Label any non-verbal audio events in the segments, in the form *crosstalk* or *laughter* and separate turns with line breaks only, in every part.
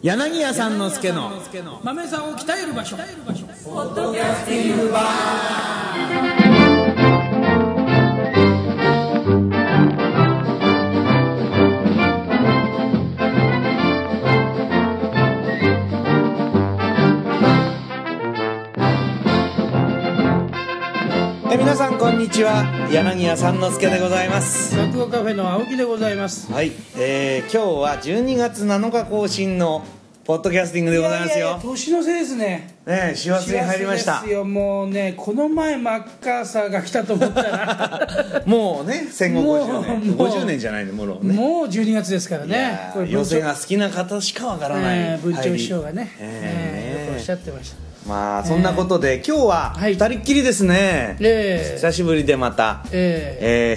柳家さんの助の
豆さんを鍛える場所
え皆さんこんにちは柳家さんの助でございます
落語カフェの青木でございます
はい、えー、今日は12月7日更新のポッドキャスティングでございます
やや
よ
や年のせいですね
ねえ師走に入りまし
幸
た
せですよもうねこの前マッカーサーが来たと思ったら
もうね戦後50年
もうもう
50年じゃないねもろね
もう12月ですから
い
ね
や
これ
ー寄せが好きな方しかわからない、
えー文鳥師匠がね、えー
えー
よくおっしゃってました
まあそんなことで、今日は
はい
二人っきりですね、
ええ
久しぶりでまた、
え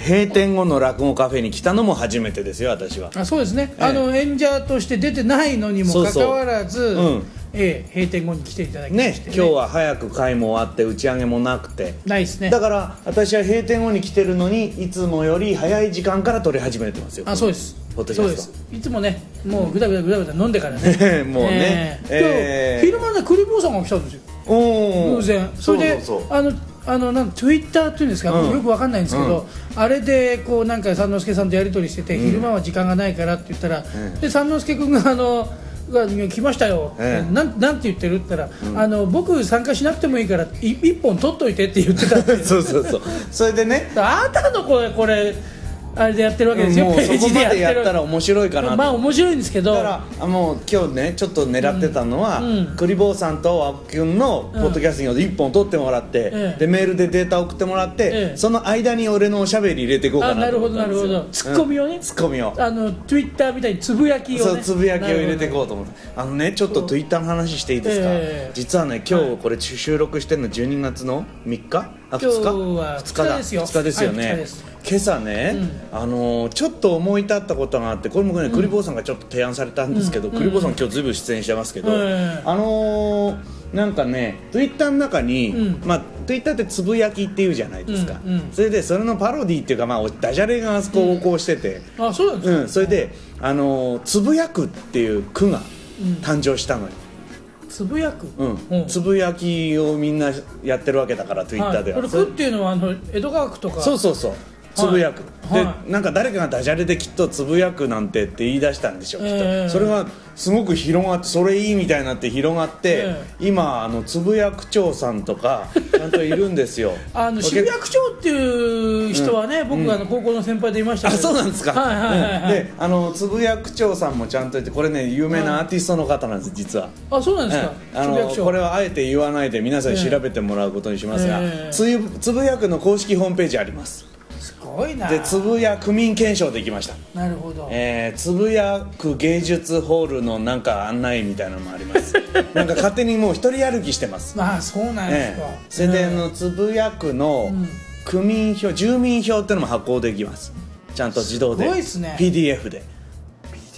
えー閉店後の落語カフェに来たのも初めてですよ私は
ーあそうですね、
えー
あの演者として出てないのにもかかわら
そう
ず
そううん
えー閉店後に来ていただきま
ね
して、
今日は早く会も終わって打ち上げもなくて、
ないですね
だから私は閉店後に来てるのにいつもより早い時間から撮り始めてますよ *laughs*
あそうです
ポッドキ
そう
ャ
で
ス
す
ト
いつもねもうぐだぐだぐだぐだ飲んでからね
もうねえ
え
ー
ー今日昼間ねクリボーさんが来たんですよ
おー
偶然それで
そうそうそう
あのあのなんツイッターっていうんですか、
うん
よくわかんないんですけど、あれでこうなんか三之助さんとやり取りしてて、昼間は時間がないからって言ったら、で三之助君があのが来ましたよ、
ええ
なんなんて言ってるって言ったら、あの僕参加しなくてもいいからい一本取っといてって言ってたって
そうそうそうそれで
*laughs*
ね
あなたのこれこれあれでやってるわけですよ、
もうそこまでや
る
ったら面白いかなと
まあ面白いんですけど
だからあもう今日ねちょっと狙ってたのは、
うんうん
クリボーさんと青木君のポッドキャスティングで1本撮ってもらって、
ええ
でメールでデータ送ってもらって、
ええ
その間に俺のおしゃべり入れていこうか
あ
な
な
と
る
思
ほ
っ
ど
た
なん
です
る
よ
ほどツッコミをね、
ツッコミを
あのツイッターみたいにつぶやきを、ね、
そうつぶやきを入れていこう
う
と思ってあのねちょっとツイッターの話していいですか、
ええ
実はね今日これ収録してるの12月の3日あ2日
今日は
2日だ
二日ですよ
二日ですよね、
はい二日です
今朝ね、あのーちょっと思い立ったことがあってこれもね栗坊さんがちょっと提案されたんですけど、栗坊さん今日ずいぶん出演してますけど、
ええ
あのーなんかねツイッターの中に、
うん
まあツイッターってつぶやきっていうじゃないですか、
うんうん
それでそれのパロディっていうかまあおダジャレがこうこうしてて、
あそうなんですか、
うん、それで、あのーつぶやくっていう句が誕生したのよ、
つぶやく、
うん
うん
つぶやきをみんなやってるわけだからツイッターでは、
はい、こ
そ
れ「く」っていうのはあの江戸川区とか
そうそうそうつぶやく、
はい
でなんか誰かがダジャレできっとつぶやくなんてって言い出したんでしょう、きっと
ええ
それがすごく広がってそれいいみたいになって広がって、
え
今あのつぶやく長さんと
*laughs*
かちゃんといるんですよ
あの渋谷区長っていう人はね、僕があの高校の先輩でいました
あ
けど
そうなんですか、
はいはいはい、はい
うんであのつぶやく長さんもちゃんといてこれね有名なアーティストの方なんです実は、
あそうなんですか、
ええ *laughs* あ
渋谷
の
区長
これはあえて言わないで皆さんに
ええ
調べてもらうことにしますが、
ええ
つゆつぶやくの公式ホームページあります
すごいな
でつぶや区民憲章できました、
なるほど、
えーつぶやく芸術ホールのなんか案内みたいなのもあります
*laughs*
なんか勝手にもう一人歩きしてます、
まあそうなんです
え
か、
えそれであ
うん
のつぶやくの区民票住民票っていうのも発行できますちゃんと自動です
ごいっすね
PDF で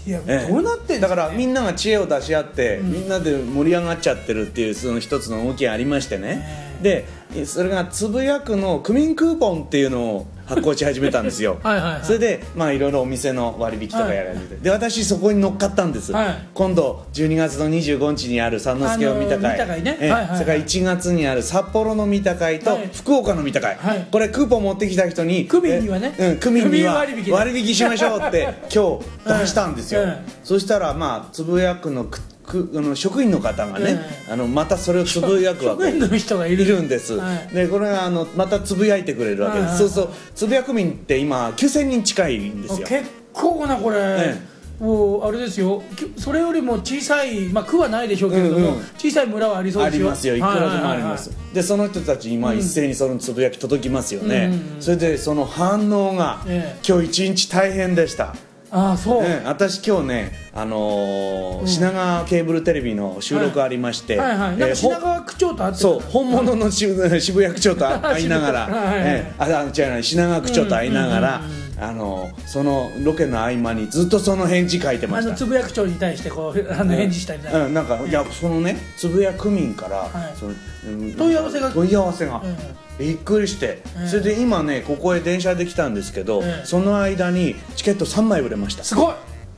いや
ええ
どうなってんです
だ
ね
からみんなが知恵を出し合って、みんなで盛り上がっちゃってるっていうその一つの動きがありましてね、でそれがつぶやくの区民クーポンっていうのを発行し始めたんですよ
*laughs* はいはいはい
それでまあいろいろお店の割引とかやられて、で私そこに乗っかったんです、
はい
今度12月の25日にある三之助を見た会、
あのー見た会ね
ええ
はいはいはい
それから1月にある札幌の見た会と
はい
福岡の見た会、
はい
これクーポン持ってきた人に
区民にはね
えうん、区民には
区民割引で
割引しましょう
*laughs*
って今日出したんですよ、
うんうん
そしたらまあつぶやくのくくあの職員の方がね、
え
あのまたそれをつぶやくわ
職
け
員の人がい
い
る
るんです、
はい
でこれがあのまたつぶやいてくれるわけです、
はい
そうそうつぶやく民って今9000人近いんですよ
結構なこれ、
え
もうあれですよきそれよりも小さいまあ区はないでしょうけれども、
うんうん
小さい村はありそう
あ
です
り
よ
ますよいくらでもあります、
はい
でその人たち今一斉にそのつぶやき届きますよね、
うんうんうん
それでその反応が、
ええ
今日一日大変でした
はいはいああそう、
ええ私今日ね、あのー品川ケーブルテレビの収録ありまして、
はいはいなん
え
か
ーほ
品川区長と会ってた
そう本物の渋 *laughs* 渋谷区長と会いながら、
渋谷 *laughs* はいはい
ええああ違う違う品川区長と会いながら、あのーそのロケの合間にずっとその返事書いてま
あ
し
の
た
つぶやく長に対してこうあの返事したりな、
うん、なんか、いやそのねつぶや区民から、
はい
そのうん
問い合わせが
問い合わせが、
うん
びっくりして、
うん
それで今ねここへ電車で来たんですけど、
うん
その間にチケット3枚売れました
すごい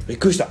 びっくりした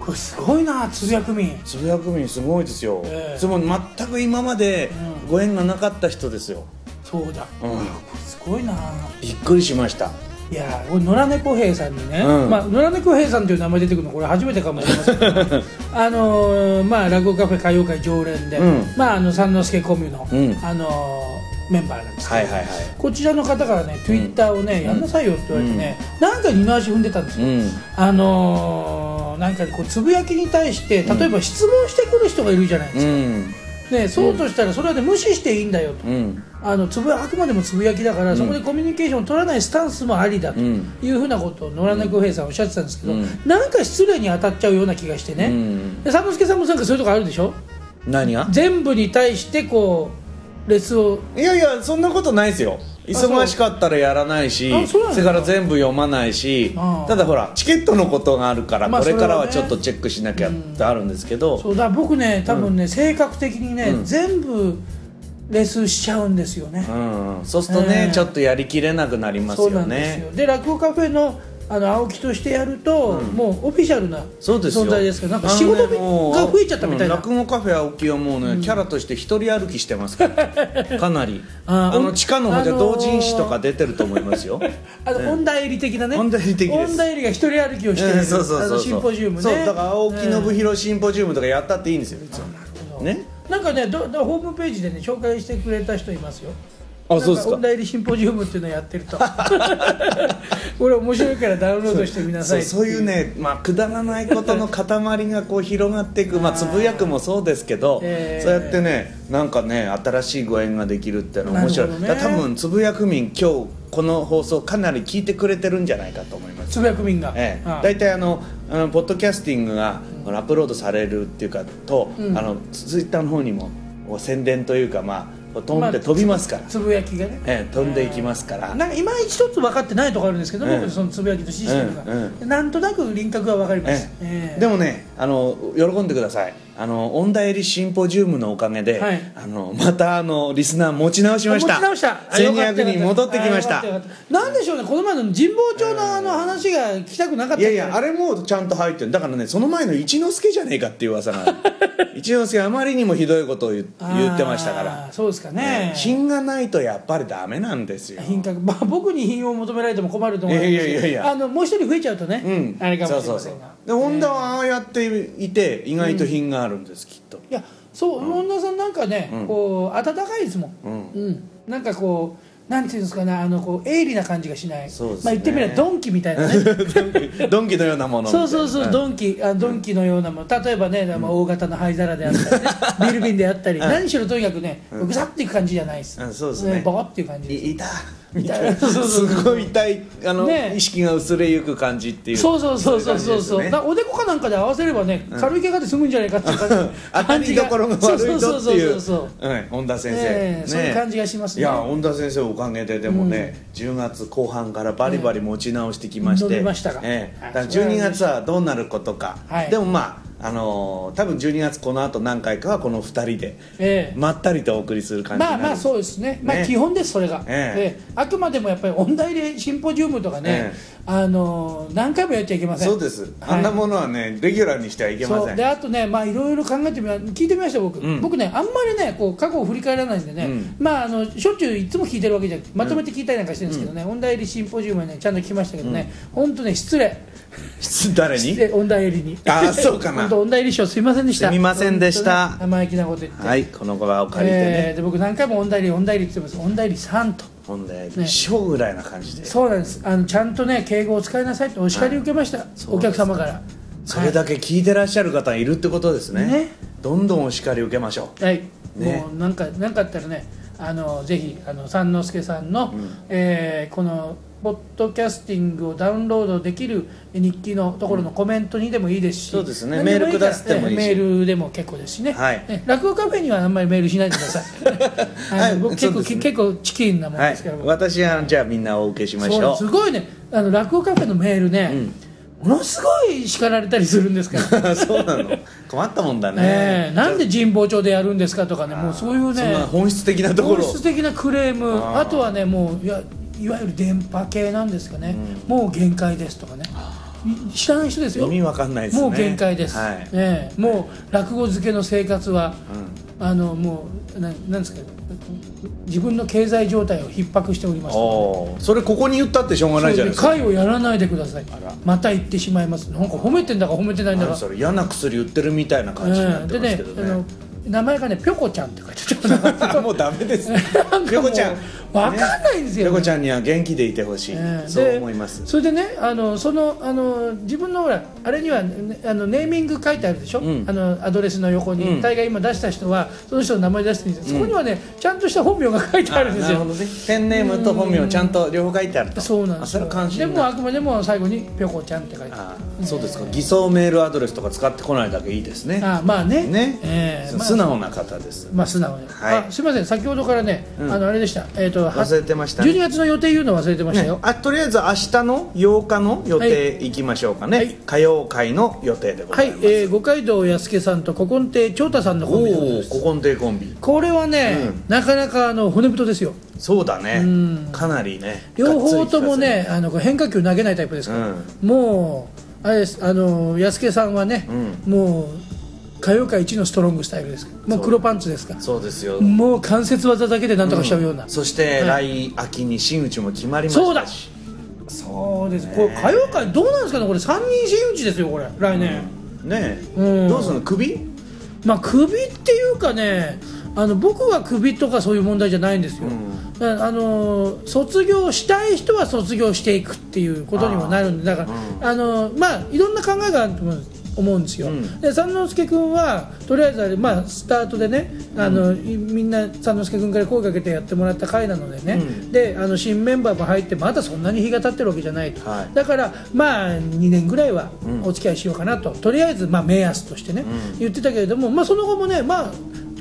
これすごいなつぶやく民
つぶやく民すごいですよ、
ええ
それも全く今まで
うん
ご縁がなかった人ですよ、
そうだ、
うん
これすごいな
びっくりしました
いやこれ野良猫兵さんにね、
うん
まあ、野良猫兵さんという名前出てくるのこれ初めてかもしれませんけど
*laughs*
あのーまあ落語カフェ歌謡界常連で、
うん
まああの三之助コミュの、
うん
あのーメンバーなんですけど、
はいはいはい
こちらの方からねツイッターをね、やんなさいよって言われてね、なんか二の足踏んでたんです
う
よ、
ん
あのーなんかこうつぶやきに対して例えば質問してくる人がいるじゃないですか、
うん
ね、そうとしたらそれは、ね、無視していいんだよと、
うん
あのつぶやあくまでもつぶやきだから、そこでコミュニケーションを取らないスタンスもありだと
うん
いうふうなことを野良猫平さんおっしゃってたんですけど、
うん
なんか失礼に当たっちゃうような気がして
う
ね、
ん
で三之助さんもなんかそういうとこあるでしょ
何が
全部に対してこうレスを
いやいやそんなことないですよ忙しかったらやらないし
あそうなん
そ
だ
れから全部読まないし
ああ
ただほらチケットのことがあるから
まあ
これからは
それ
ち
は
ょ
ね
っとチェックしなきゃってあるんですけど
そうだから僕ね多分ね、性格的にね、
うん
全部レスしちゃうんですよね、
うんうんそうするとね
ね
ちょっとやりきれなくなります
そうな
よ
んですよ
ね
で落語カフェのあの青木としてやると、もうオフィシャルな
そうですよ
存在ですけどなんか仕事
あのねもう
が増えちゃったみたいな、
うん落語カフェ青木はもうねキャラとして一人歩きしてますから *laughs* かなり
あ
あ
ー
の地下の方じゃ
あのー
同人誌とか出てると思います *laughs* よ
あの音大入り的なね
音大入り的です
音大入りが一人歩きをしてい
え
る、
え *laughs* そうそう
あ
そ
の
う
シンポジウムね
そうだから青木信
え
弘シンポジウムとかやったっていいんですよ別に
え
ね
なんかねどどホームページでね紹介してくれた人いますよ
あそうです
なん
か
音大入りシンポジウムっていうのをやっ
*laughs*
てるとこれ面白いからダウンロードしてみな
そ
さいうって
そういうね、まあ、くだらないことの塊がこう広がってい
*laughs*
く、まあ、つぶやくもそうですけど、
えー
そうやってねなんかね新しいご縁ができるってのは面白い、
なるほど
だ
ね
から多分つぶやく民今日この放送かなり聞いてくれてるんじゃないかと思います
つぶやく民が、
ええ
ああ
大体あのあのポッドキャスティングがこのアップロードされるっていうかと、
うん
あのツイッターの方にもこう宣伝というかまあこう飛んで飛びますから、
つぶやきがね、
ええ飛んでいきますから、
なんかいまいちちょっと分かってないところあるんですけど、
ええ
僕そのつぶやきとシステムが、
え
なんとなく輪郭は分かります、
え
え
え
え
でもねあの喜んでくださいあの音大入りシンポジウムのおかげで、
はい
あのまたあのリスナー持ち直しました
持ち直したあよかったよ
1200
かった
人戻ってきました
あよかったよかったなんでしょうねこの前の神保町のあの話が聞きたくなかった
いやいやあ
れ
れもうちゃんと入ってるだからねその前の一之輔じゃねえかっていう噂
*laughs*
がある一之輔あまりにもひどいことを言言ってましたから、
そうですかね
ね品がないとやっぱりダメなんですよ
品格まあ僕に品を求められても困ると思うんですけど
いやいやいやいや
あのもう一人増えちゃうとね、
うん
あれかもしれ
そう
ま
そ
せ
うん
が
そうで本田はああやっていて意外と品があるんです、きっと
いやそう本田さんなんかね、
うん
こう温かいですもん、
うん
なんかこうなんていうんですかねあのこう鋭利な感じがしない、
そうですね
まあ言ってみればドンキみたいなね
*laughs* ドンキのようなものみたい
そ
な
うそうそう、
ん
ドンキあドンキのようなもの例えばね、まあ、大型の灰皿で
*laughs*
あったり、ね、ビール瓶であったり、何しろとにかくねぐさっていく感じじゃないです、
うんそうですね
ボコっていう感じです
い痛み
痛い
たいな
そうそうそう
すごい痛いあの、
ね
意識が薄れゆく感じっていう
そうそうそうそうそう
そ
そうう
いう感じですね
だからおでこかなんかで合わせればね、軽い怪我で済むんじゃないかっていう感じ
*laughs* 当たりどころが悪いぞっていう
そうそうそうそうそう
うん本田先生、
ええそういう感じがしますね
いや本田先生おかげででもね、10月後半からバリバリ持ち直してきまして、
伸びましたか
ええ
はい
だから12月はどうなることか、
はい
でもまああのー多分12月この後何回かはこの2人で、
ええ
まったりとお送りする感じに
ま
な
あ
る
まあそうですね、まあ
ね
基本です、それが、
え
ええあくまでもやっぱり音大でシンポジウムとかね、
ええ
あの何回もやっちゃいけません、
そうです、あんなものはねレギュラーにしてはいけま
そ
せ
うんであとねまあいろいろ考えてみま聞いてみました僕、
うん
僕ねあんまりねこう過去を振り返らないんでね、
うん
まああのしょっちゅういつも聞いてるわけじゃなくてまとめて聞いたりなんかしてるんですけどね、音大入りシンポジウムはねちゃんと聞きましたけどね、本当ね失礼
*laughs* 誰に
失礼音大入りに
あーそうかな
*laughs* 本当音大入り賞すいませんでした
すみませんでした
本当ね生意気なこと言って、
はい、この場を借りて
えー
ね、
で僕何回も音大入り音大入りって言ってます音大入りさんと
ほんで、
ね
ショーぐらいな感じで、
そうなんですあのちゃんとね敬語を使いなさいとお叱り受けました、
そう
お客様から
それだけ聞いてらっしゃる方がいるってことですね、
ね
どんどんお叱り受けましょう。
はい、
ね
もうなんかなんかあったらねあのぜひあの三之助さんの、えーこのポッドキャスティングをダウンロードできる日記のところのコメントにでもいいですし、
そうですね
何もい
メール
いから
くださってもいいし
えーメールでも結構ですしね、
はい
ね落語カフェにはあんまりメールしないでください、
はい
あの僕結
そ
構、
うですね
結構チキンなもん
は
で
い
すから、、僕
私はじゃあみんなお受けしまし
そうなん
ょ
ですすごいねあの落語カフェのメールね、ものすごい叱られたりするんで
*laughs*
すから
う。そうなの、困ったもんだ
え
ね
え。なんで神保町でやるんですかとかねもうそういう
そん
ね
な本質的なところ
本質的なクレーム
あー
あとはねもういやいわゆる電波系なんですかね、もう限界ですとかね知らない人ですよ
意味わかんないですね
もう限界です、
はい
ええもう落語漬けの生活は、あのもうななんですか自分の経済状態を逼迫しておりますの
おーそれここに言ったってしょうがないじ
で
ゃないで
で
すか
会をやらないでください
あら
また行ってしまいますなんか褒めてんだか褒めてないんだ
何
か
それ嫌な薬売ってるみたいな感じにな
え
っ
え
て
で
ます
ね
けど
あ
ね,、 *laughs*
の名前がねぴょこちゃんって書いてある
もうダメです
なんか
ペ
も
コ
う
ちゃん
わかんないん *laughs* ですよ
ねペ
ね
コちゃんには元気でいてほしい、
ええ
そう
で
思います
それでねあのそのあの自分のほらあれには、ねあのネーミング書いてあるでしょ、
うん
あのアドレスの横に、
うん
大概今出した人はその人の名前出してるんですよそこにはね、ちゃんとした本名が書いてあるんです
なる
よ
ほどねペンネームと本名をちゃんと両方書いてあると
そうなんで
あ
す
それ
よ
は関
で
心
も
だ
あくまでも最後に「ぴょこちゃん」って書いてある
あーそうですか偽装メールアドレスとか使ってこないだけいいですね
あまあね
ね、
ええまあ
素直な方です
まあ素直に、
はい
あすみません先ほどからね、
うん
あのあれでしたえっ、とは
忘れてましたね
12月の予定言うの忘れてましたよ、
ね、あとりあえず明日の8日の予定いきましょうかね、
はい
歌謡会の予定でご
は
ざ
い
います、
えー、五街道やすけさんと古今亭長太さんのコンビでございます
おお古今亭コンビ
これはね、なかなかあの骨太ですよ
そうだね
うん
かなりね
両方と
が
も
っつり聞
ね
か
あのこれ変化球投げないタイプですから、もうあれですあの安家さんはね、もう歌謡界一のストロングスタイルですもう黒パンツですか
せるそうですよ、
らもう関節技だけでなんとかしちゃうような、
そして
は
来秋に真打ちも決まりましたし
そうですこれ歌謡界どうなんですかねこれ三人真打ちですよこれ来年、
ねえ、
うん
どうするの首
まあ首っていうかねあの僕は首とかそういう問題じゃないんですよ、
うん
だからあのー卒業したい人は卒業していくっていうことにもなるんでだから、あのーまあいろんな考えがあると思うんです思うんですよ、
うん
で三之助君はとりあえずあれ、まあ、スタートでねあの、いみんな三之助君から声かけてやってもらった回なのでね、
うん
であの新メンバーも入ってまだそんなに日が経ってるわけじゃないと、
はい
だからまあ2年ぐらいは
ん
お付き合いしようかなと、とりあえずまあ目安としてね、言ってたけれども、まあ、その後もね、まあ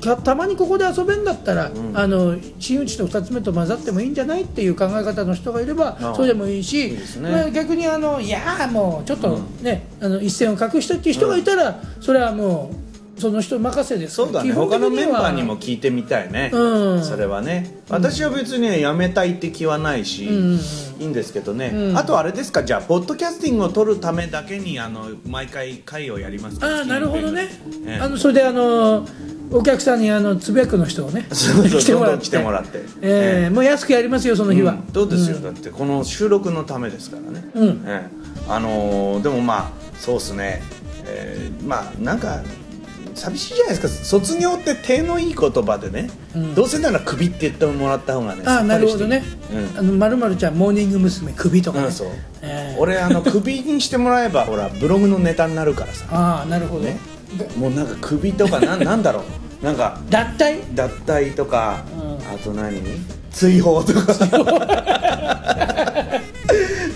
たたまにここで遊べんだったら、あの真打ちと2つ目と混ざってもいいんじゃないっていう考え方の人がいれば
ああ
そうでもいいし
いいですね
まあ逆にあのいやーもうちょっとね、あの一線を画したっていう人がいたら、それはもうその人任せです
そうだね
基本的
他の
は
メンバーにも聞いてみたいね、
うん
それはね私は別に辞めたいって気はないし、
ん
いいんですけどね、
うん
あとあれですかじゃあポッドキャスティングを撮るためだけにあの毎回会をやりますか
ああなるほどね、
ええ
あのそれであのお客さんにあのつぶやくの人をね
*laughs* そうそう
来てもら
どんどん
って
来てもらって
ええもう安くやりますよその日は、
うん、どうですよ、だってこの収録のためですからね、
うん
ええあのーでもまあそうですね、えーまあなんか寂しいじゃないですか卒業って手のいい言葉でね、
うん
どうせなら首って言ってもらった方がね
あ
さ
あ
っ
な
ぱり
る
し
ほ
て
どね、
うん
あのまるまるちゃんモーニング娘。首とかね、
うんそう
ええ
俺あの首にしてもらえばほらブログのネタになるからさ
ああなるほど、
ね
で
もうなんか首とかな
*laughs*
なんだろうなんか
脱退
脱退とか、
うん
あと何追放とか *laughs*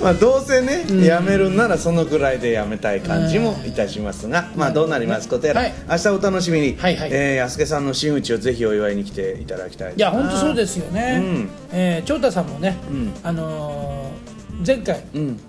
まあどうせね、やめるんならそのくらいでやめたい感じもいたしますが、まあどうなりますことやら、
はい
明日お楽しみに、
はいはい
えー安家さんの真打ちをぜひお祝いに来ていただきたい
いや本当そうですよね、
うん
ええ長太さんもね、
うん
あのー前回
うん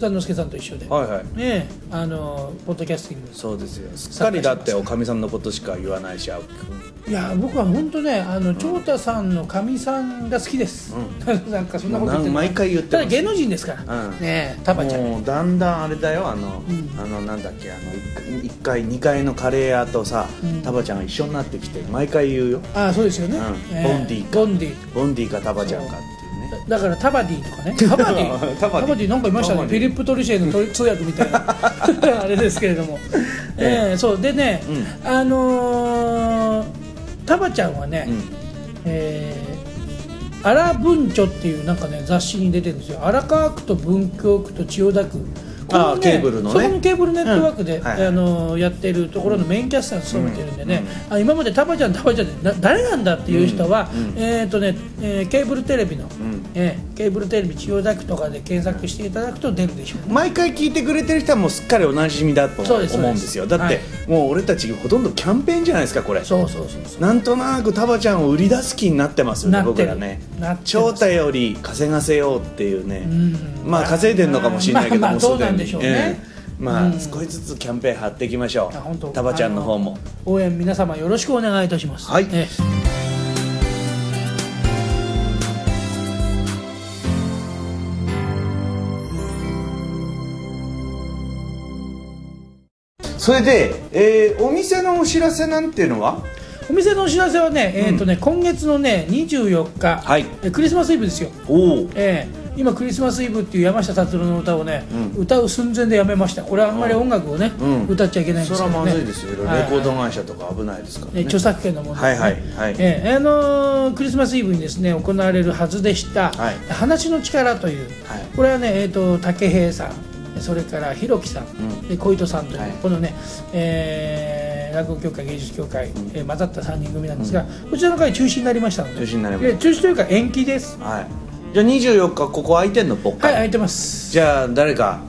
三之助さんと一緒で、
はいはい
ねえあのーポッドキャスティング
そうですよすっかりだっておかみさんのことしか言わないし青木君
いや僕は本当ねあの長太さんのかみさんが好きです、 *laughs* なんかそんなこと言ってる
もう毎回言ってます
ただ芸能人ですから、
うん
ねえタバちゃん
もうだんだんあれだよあの、
うん
あのなんだっけあの1階2階のカレー屋とさ、
ん
タバちゃんが一緒になってきて毎回言うよ、
ああそうですよね、
うん
ええ
ボンディか
ボンディ
ボンディかタバちゃんかっていうね
だからタバディ
*laughs*
とかねタバディ
タバディ
なんかいましたね
タ
フ
バディ
ィリップ・トリシエのトリ通訳みた
*laughs*
いなあれですけれども、ええそうでね、
う
あのータバちゃんはね、えーアラ文書っていうなんかね雑誌に出てるんですよ荒川区と文京区と千代田区こ
あー
のね
ケーブルのね
そこのケーブルネットワークで、
うんはい
あのやってるところのメインキャスターを務めてるんでね、あ今までタバちゃんタバちゃんってな誰なんだっていう人は、
うんうん
えっ、とね、えーケーブルテレビの、
ん
えーケーブルテレビ千代田区とかで検索していただくと出るでしょう
うん、毎回聞いてくれてる人はもうすっかりおなじみだと思
そううですそうです
んですよだって、
はい
もう俺たちほとんどキャンペーンじゃないですかこれ
そうそうそうそう
なんとなくタバちゃんを売り出す気になってますよね
なって
僕
る
らね
なってます
長太より稼がせようっていうね、
ん
まあ稼いでんのかもしれないけど
まあま
も
あ
うすでに
どうなんでしょうね
まあ、
うん
少しずつキャンペーン張っていきましょ
あ本当
うタバちゃんの方も
あの応援皆様よろしくお願いいたします
はい
ええ
それで、えーお店のお知らせなんていうのは
お店のお知らせはね,、えーとね今月のね24日、
はい
えクリスマスイブですよ、
おお
ええ今クリスマスイブっていう山下達郎の歌をね、
うん
歌う寸前でやめましたこれあんまり音楽をね、
うん
歌っちゃいけないんで
そ
す
れ
け
は
ど、ね、
まずいですよ、
はい
レコード会社とか危ないですから
ね
ね
著作権の問題ですね、
はいはいはい
ええあのークリスマスイブにですね行われるはずでした「
はい
話の力」という、
はい
これはね、えー、と武平さんそれから弘樹さん、
うん
で小糸さんという、
はい
このね、えー落語協会芸術協会、
ん
えー混ざった3人組なんですが、こちらの会中止になりましたので
中止になりま
で
し
中止というか延期です
はいじゃあ24日ここ空いてんのぽっか
はい
り、
空いてます
じゃあ誰か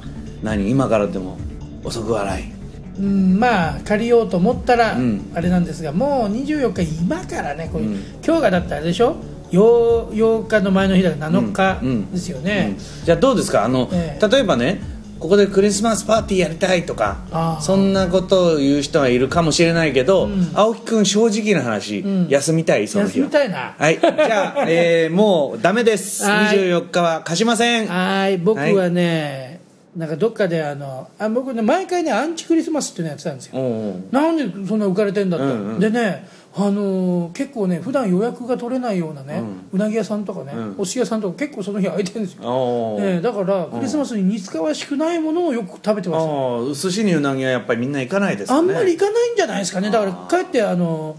何今からでも遅く笑い
うん、まあ借りようと思ったら
うん
あれなんですが、もう24日今からねこういう、
うん
今日がだったらあれでしょ 8, 8日の前の日だから7
うんう
日
ん
ですよ
う
ね、
んじゃあどうですかあの、
ええ
例えばねここでクリスマスパーティーやりたいと
あ
か
ー
そんなことを言う人はいるかもしれないけど、
ん
青木君正直な話、
ん
休みたいその
休
日は
みたいな
はいじ
*laughs*
ゃあ、えーもうダメです
はい
24日は貸しません
はい僕はね、なんかどっかであのあ僕ね毎回ねアンチクリスマスっていうのやってたんですよ、
おう
なんでそんな浮かれてんだと、
うんうん
でね、あのー結構ね普段予約が取れないようなね、うなぎ屋さんとかね、
うん
お寿司屋さんとか結構その日空いてるんですよ、
おう
ええだからクリスマスに似つかわしくないものをよく食べてます
おう寿司にうなぎはやっぱりみんな行かないですかね
あんまり行かないんじゃないですかねだからかえってあの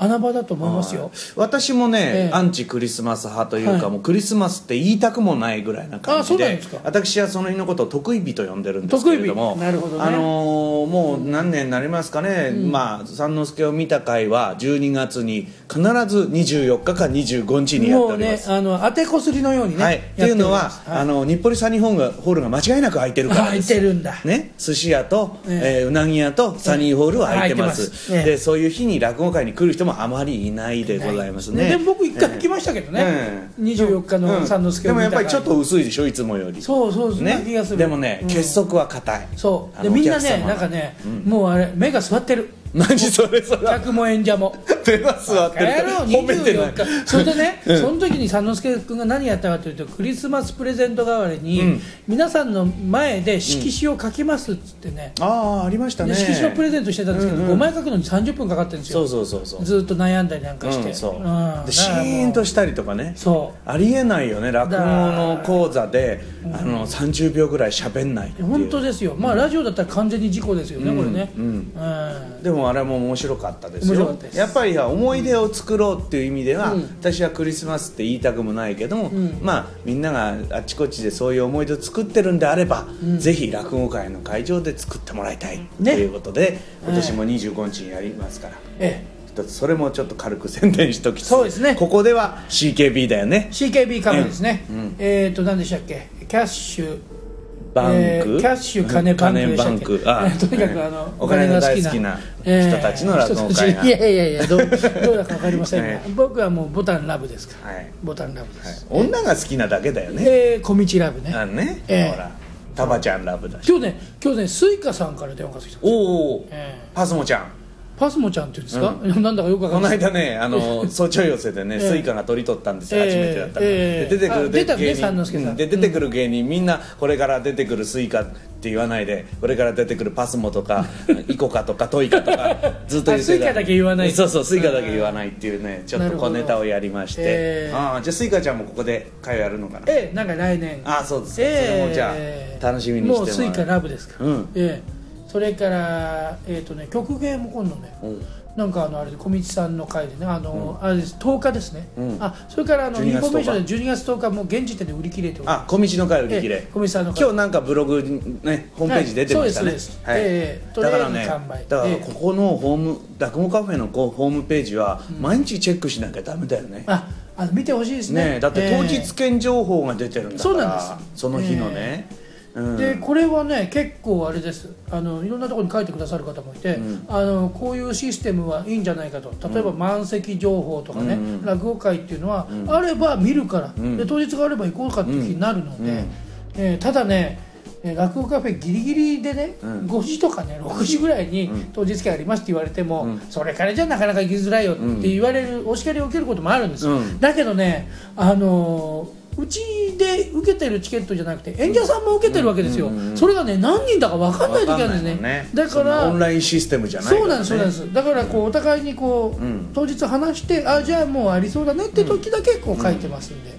穴場だと思いますよ
私もね、
ええ
アンチクリスマス派というか、
はい
もうクリスマスって言いたくもないぐらいな感じ
あそうなん
で
ですか
私はその日のことを得意日と呼んでるんですけれども
得意日なるほどね
あのーもう何年になりますかね、まあ三之助を見た回は12月に必ず24日か25日にやっ
も
てお
う
りま
ね
す。
あの当てこすりのようにね、
はい、っていうのは、あ
の
の日暮里サニーホールがホールが間違いなく空いてるから
空
で
い
す
てるんだ、
ね、寿司屋と、
え
えーうなぎ屋とサニーホールは空いてます,、
空いてますええ
でそういう日に落語会に来る人もあまりいないでございますね
でも僕一回行きましたけどね、
ええ
24日の三之助
で
を見
もや
た
っぱ
か
り
ら
ちょっと薄いでしょいつもより
そうそうそんな気が
ね
する、
でもね、
うん
結束は硬い
そうで
あの
みんなね
お客様
なんかね、もうあれ目が座ってる
何それそれ
客も演者も
手は座ってる
やろう
褒めてない
24日それでね、
*laughs* うん
その時に三之助君が何やったかというとクリスマスプレゼント代わりに、
うん
皆さんの前で色紙を書きますっつってね、
ああありましたね
で色紙をプレゼントしてたんですけど、
うんうん
5枚書くのに30分かかってるんです
そ
よ
うそうそうそう
ずっと悩んだりなんかして、
うんそう、
うん
でシーンと
し
したりとかね
そ
ありえないよね落語
だから
の講座で、あの30秒ぐらい喋んないって
う
いう
本当ですよまあラジオだったら完全に事故ですよね、
うん
これね
うん
うん
でもあれも面白かったです
面白
よ
かったです
やっぱり思い出を作ろうっていう意味では、
うん
私はクリスマスって言いたくもないけども、
ん
まあみんながあっちこっちでそういう思い出を作ってるんであれば、ぜひ落語会の会場で作ってもらいたいということで、今年も25日にやりますから、
え
一つそれもちょっと軽く宣伝しときつつ
そうですね
ここでは CKB だよね
え CKB カフェですね、
うんうん
えっ、と何でしたっけキャッシュ
バンク、
えーキャッシュ金バンクでしたっけ
金バンクあ
とにかくあの
お金の大好きな人たちの落語会が、
えー人たちいやいやい
*laughs*
やどうどうだかわかりませんが、
ええ
僕はもうボタンラブですから、
はい
ボタンラブで
はい
す、
女が好きなだけだよね、
えー小道ラブね
あのね、
ええ
ほらタバちゃんラブだし
今日ね今日ねスイカさんから電話が来てきた、
おお、
ええ
パスモちゃん
パスモちゃんっていうんですか、なんだかよくわか
こ
ん
の
ない
間ねあの
*laughs*
早朝寄せでね、
ええ
スイカが取り取ったんですよ、
ええ
初めてだったから、
ええ
で出てく
あ
る
出たね
芸
三之助さ
人
ん
で出てくる芸人みんなこれから出てくるスイカって言わないでこれから出てくるパスモと
*laughs*
かイコカとかトイカとかずっと言ってた
あスイカだけ言わない
そうそうスイカだけ言わないっていうねちょっと小ネタをやりまして、
なるほどええ
ああじゃあスイカちゃんもここで会やるのかな
ええなんか来年
ああそうですか、それもじゃ
ええ
あ楽しみにしても
もう
ら
スイカラブですから、
うん
ええそれからえっ、とね曲芸も今度ね、
うん
なんかあのあれで小道さんの会でねあの、あれです10日ですね、
うん
あそれからあのイン
12
フ
月
ォメーションで12月10日もう現時点で売り切れております
あ、小道の会売り切
え
れ
え。小道さんの会
今日なんかブログにね、ホームページ出てましたね。
はいそうですそうです
はい
ええ
だから
とりあえ
ね
ず完売、
だか
え
ら
え
ここのホーム、落語カフェのこうホームページは毎日チェックしなきゃダメだよね。
ああの見てほしいですね
ねえ、だって当
ええ
日券情報が出てるんだか
そうなん
ら
で、す
その日のね。うん
でこれはね結構あれですあのいろんなところに書いてくださる方もいて、
うん
あのこういうシステムはいいんじゃないかと例えば満席情報とかね、
うんうん
落語会っていうのは、あれば見るから、
うん
で当日があれば行こうかっていう気になるので、
うんうん
えーただねえー落語カフェギリギリでね、
うん
5時とかね6時ぐらいに
うん
当日券ありますって言われても、
うん
それからじゃなかなか行きづらいよって言われる、お叱りを受けることもあるんですよ、
うん
だけどねあのーうちで受けてるチケットじゃなくて演者さんも受けてるわけですよ、
うんうんうん
それがね何人だか分かんない時あるんですね
わかんないもん
だか
そんな
ら
オンラインシステムじゃないから、ね、
そうなんですそうなんですだからこうお互いにこう、
うん
当日話してあじゃあもうありそうだねって時だけこう書いてますんで、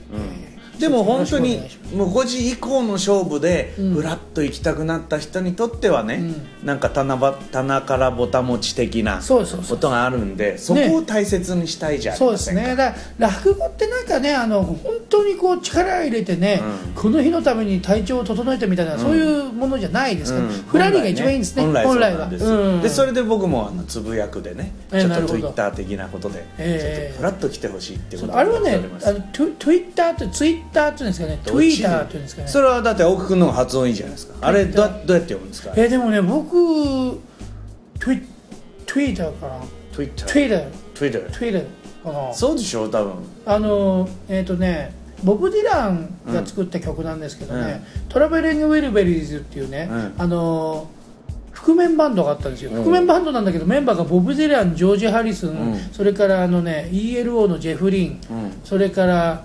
でも本当に
よろしくお願いし
もう5時以降の勝負で
うん
ふらっと行きたくなった人にとってはね、なんか棚ば棚からぼた持ち的な
そうそうそう
ことがあるんでそこを大切にしたいじゃあり
そう
ま
です
せんか、
ねだから落語ってなんかねあの本当にこう力を入れてね、
うん
この日のために体調を整えてみたいな、そういうものじゃないですから、
うん
フラリーが一番いいんですね
本来,、そうなんです、
うん
でそれで僕もあのつぶやくでねち
えー
ょっ
なる
と
ほど
ツイッター的なことでちょ
えー
っとふらっと来てほしいっていう
そ
こ
う
と
あれはね
やっておりま、
あ
す
のトゥトゥイッターとツイッターっていうんですかね、ツイッターっていうんですかね。
それはだって奥君の方が発音いいじゃないですかあれどうや
Twitter
どうやって読むんですか
えでもね、僕トゥイトゥイターかな、
Twitter
トゥイター、
Twitter
トゥイターかな。
そうでしょ多分
あのえっ、とね、ボブディランが作った曲なんですけどね、トラベリングウィルベリーズっていうね、
うん
あの覆面バンドがあったんですよ、
うん
覆面バンドなんだけどメンバーがボブ・ディランジョージ・ハリスン、
うん
それからあの、ね、ELO のジェフ・リン、
うん
それから、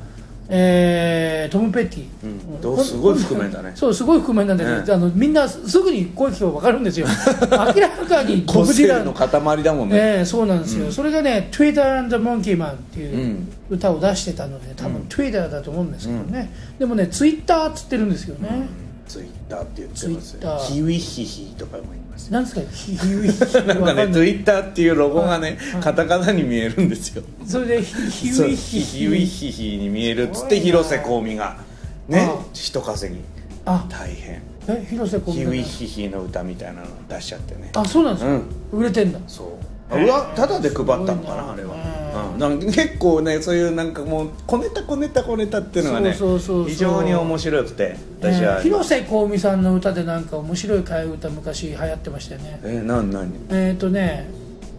えートム・ペティ、
うんどうすごい覆面だね
そうすごい覆面なんだけど、
ね
あのみんなすぐに声聞けば分かるんですよ明らかに
個
ボブ・デ
性
ィラン
の塊だもんね、
ええそうなんですよ、それがね「Twitter and the Monkey Man」っていう
うん
歌を出してたので多
う
分
ん
Twitter だと思うんですけどね、でもね Twitter っつってるんですよね、
ツイッターって言ってますよ
Twitter
ヒウイヒヒとかも言いますよ
なんですかひひゆいひ
なん
わ
かね
かんない
ツイッターっていうロゴがね
はい
カタカナに見えるんですよ
それでひひ
そう
ゆいひ
ヒウイヒヒに見えるっつって
すごいな
広瀬香美がね
ああ
人稼ぎ
あ
大変
え広瀬香
ヒ
美
ウイ
だな
ヒヒの歌みたいなの出しちゃってね
あそうなんですか、
う
売れてんだ
そううわただで配ったのかなあ
すごい
れ
な
は、うん、なんか結構ねそういうなんかもうこねたこねたこねたっていうのがね
そうそうそうそう
非常に面白くて私
え
は、
え広瀬香美さんの歌でなんか面白い替え歌昔流行ってましたよね
えなん何
えっ、ー、とね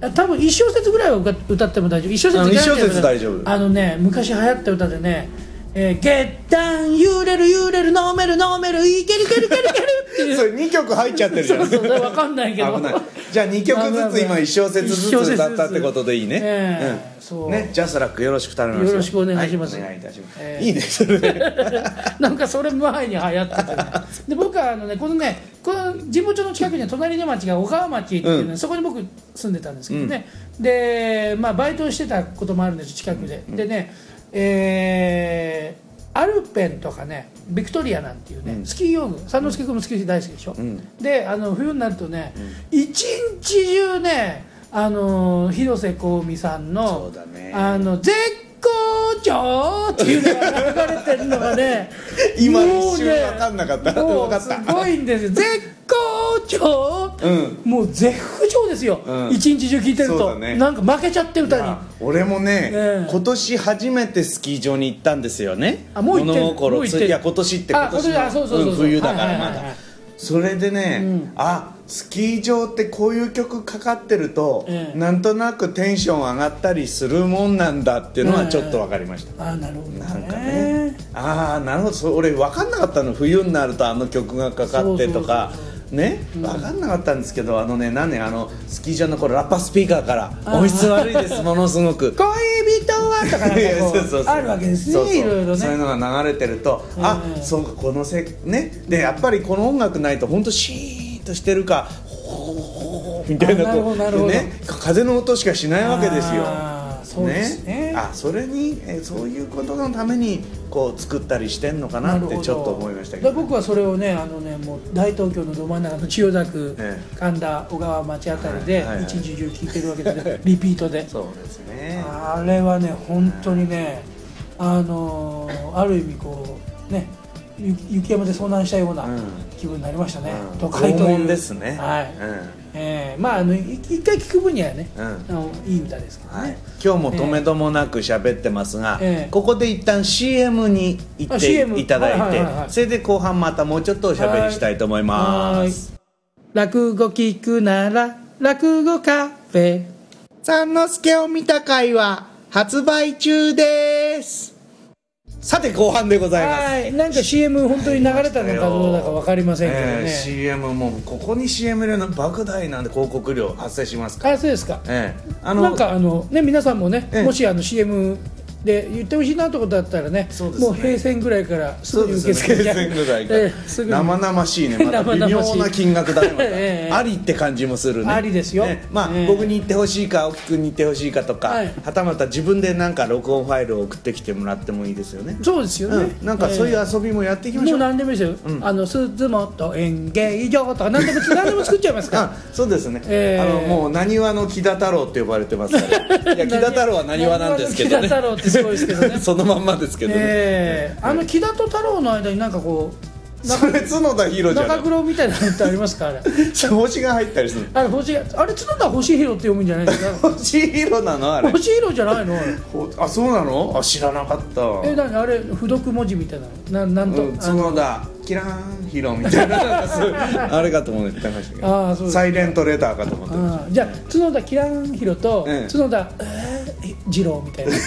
あ多分一小節ぐらいは歌歌っても大丈夫一小節
あの
じゃなくて
一小節大丈夫
あのね昔流行った歌でね「えー、ゲッタン揺れる揺れる飲める飲めるいけるいけるいけるいける」っていう
それ2曲入っちゃってるじゃん
*laughs* そうそうそうわかんないけど
危ないじゃあ2曲ずつ今1小節ずつ歌ったってことでいいね、
ええそう
ねジャスラックよろしく頼みます
よろしくお願いします
はお願いいたします、
ええ
いいねそれ
*laughs* なんかそれ前に流行ってて、ね、で僕はあのねこのねこの神保町の近くには隣の町が小川町っていうね、
う
そこに僕住んでたんですけどね、でまあバイトをしてたこともあるんです近くで、でねえーアルペンとかねビクトリアなんていうね、スキー用具三之助君もスキー大好きでしょ、
ん
であの冬になるとね、一日中ねあの広瀬香美さんの
そうだね
あの絶好調っていうのが流れてるのがね
*laughs* 今
も
一
うね
瞬分かんなかった、
も
分
う
かっ
す
た
ごいんですよ絶好調、
うん
もう絶不調ですよ、
うん
一日中聴いてる
そう
と、
だね
なんか負けちゃって歌
い
に
や俺もね、
ええ
今年初めてスキー場に行ったんですよね
あもう行ってる
物心
もう行って
つ
る
いいや今年って今
あ今
年
年
の
あそうそうそうそうん
冬だから
はいはい
ま
はいはい
だそれでね、あスキー場ってこういう曲かかってると、
ええ
なんとなくテンション上がったりするもんなんだっていうのはちょっと分かりました、
ああなるほどね
なんかねああなるほどそれ俺分かんなかったの冬になるとあの曲がかかってとか
そうそうそ
ね分かんなかったんですけどあのね何年あのスキー場のこれラッパスピーカーから「音質悪いですものすごく」
*laughs* 恋人はとかなんか
いや *laughs*
こ
そう
う
そうそう
あるわけですね
そうそう
いろいろね
そういうのが流れてると、あ
うん
そうかこのせねでやっぱりこの音楽ないと本当シーンとしてるかほーほーみたいな
あなるほどなるほど
でね風の音しかしないわけですよ
あーそうですね
あそれにえそういうことのためにこう作ったりしてんのかなってちょっと思いましたけど、
だから僕はそれをねあのねもう大東京のど真ん中の千代田区、
え
神田小川町あたり
は
で
いはいはい
一日中聴いてるわけで、リピートで
そうですね
あれはね本当にねあのーある意味こうねゆ雪山で遭難したような
うん
気分になりましたね、
うん
都会という
拷問ですね
はい、
うん
えーまああのい一回聞く分にはね、
うん
あのいい歌ですけどね、
はい、今日も止めどもなく喋ってますが、
ええ
ここで一旦 CM に行
あ
って
CM
いただいて、
はいはいはい
それで後半またもうちょっとおしゃべりしたいと思います
落語聞くなら落語カフェ
三之助を見た回は発売中ですさて後半でございます、
はいなんか CM 本当に流れたのかどうだか分かりませんけど
ええ
ね、
CM もうここに CM 量の莫大なんで広告量発生しますから、
あそうですか
ええあ
なんかあのね皆さんもね、
ええ
もしあの CM で言ってほしいなってことだったらね
そうですね
もう平成ぐらいからすぐに受け付け
平
て
成ぐらいか
え
ら
えすぐに
生々しいねまた微妙な金額だねま
*laughs* ええええ
たありって感じもするね
ありですよ
ねまあ
ええ
僕に言ってほしいか青木君に言ってほしいかとか
はい
はたまた自分でなんか録音ファイルを送ってきてもらってもいいですよね
そうですよね、
うんなんかそうい
ええ
う遊びもやっていきまし
も
ょ
う
う
何でもいいですよ、あの鈴本演芸場とか何で
*laughs*
も何でも作っちゃいますから
あそうですね、
えー
あのもうなにわの木田太郎って呼ばれてます
*laughs*
からいや木田太郎はなにわなんですけどね
木田太郎ってすごいですけど
*laughs*
ね
そのまんまですけどね、
ええあの木田と太郎の間になんかこう
それ角田ヒーローじゃな
中
い
黒みたいなのってありますかあれ
星が入ったりする
あれ星あれ角田星広って読むんじゃないです
*laughs*
か
星ヒーローなのあれ
星広じゃないのあれ
ほあそうなのあ知らなかった
え何あれ不読文字みたいなななんと、
うん
あの
角田キラーンヒーローみたいななんかそういう *laughs* あれかと思ってましたけど
ああそうです
サイレントレターかと思ってまし
あーじゃあ角田キランヒロと
ええ
角田、えー、二郎みたいな *laughs*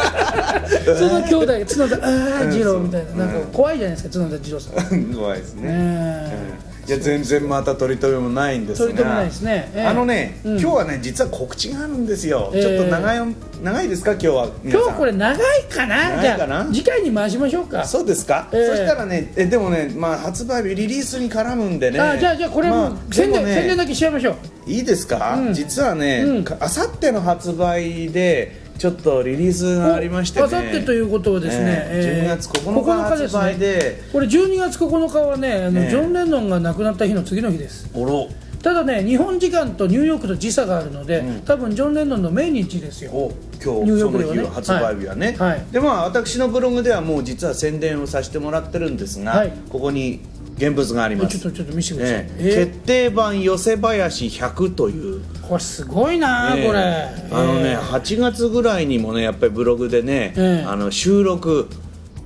その兄弟が角田あー二郎みたいななんか怖いじゃないですか角田二郎さん、ね
た怖いですね、
え
いや全然また取り留めもないんですが
取り留めないですねええ
あのね、
うん
今日はね実は告知があるんですよ、
ええ
ちょっと長い長いですか今日は皆
今
さん
日これ長いかな
長
じ
いかな
ゃあ次回に回しましょうか
そうですか、
ええ
そしたらねえでもね、まあ、発売日リリースに絡むんでね
あーじゃあじゃあこれ
ま
も
あ
う宣
で
伝,、
もね
宣伝だけしちゃいましょう
いいですか、
うん
実はね
うん
あさっての発売でちょっとリリースがありましてね
あさってということはですね、
ええ
えー
12月9日発売で
ですねこれ12月9日はねあの、
ええ
ジョン・レノンが亡くなった日の次の日です
おろ
ただね日本時間とニューヨークと時差があるので、
うん
多分ジョン・レノンの命日ですよ
お今
ニュー
日
ヨ
そ
ー
の
クでは
日
ね
は発売日はね、
はいはい
でまあ私のブログではもう実は宣伝をさせてもらってるんですが、
はい
ここに現物があり
え
ま
ちょっ
す
とちょっと見せてください、
ね
え
決定版寄せ林100という、
ーこれすごいなあ、
ね
これ
あのね、
えー
8月ぐらいにもねやっぱりブログでね、
ええ
あの収録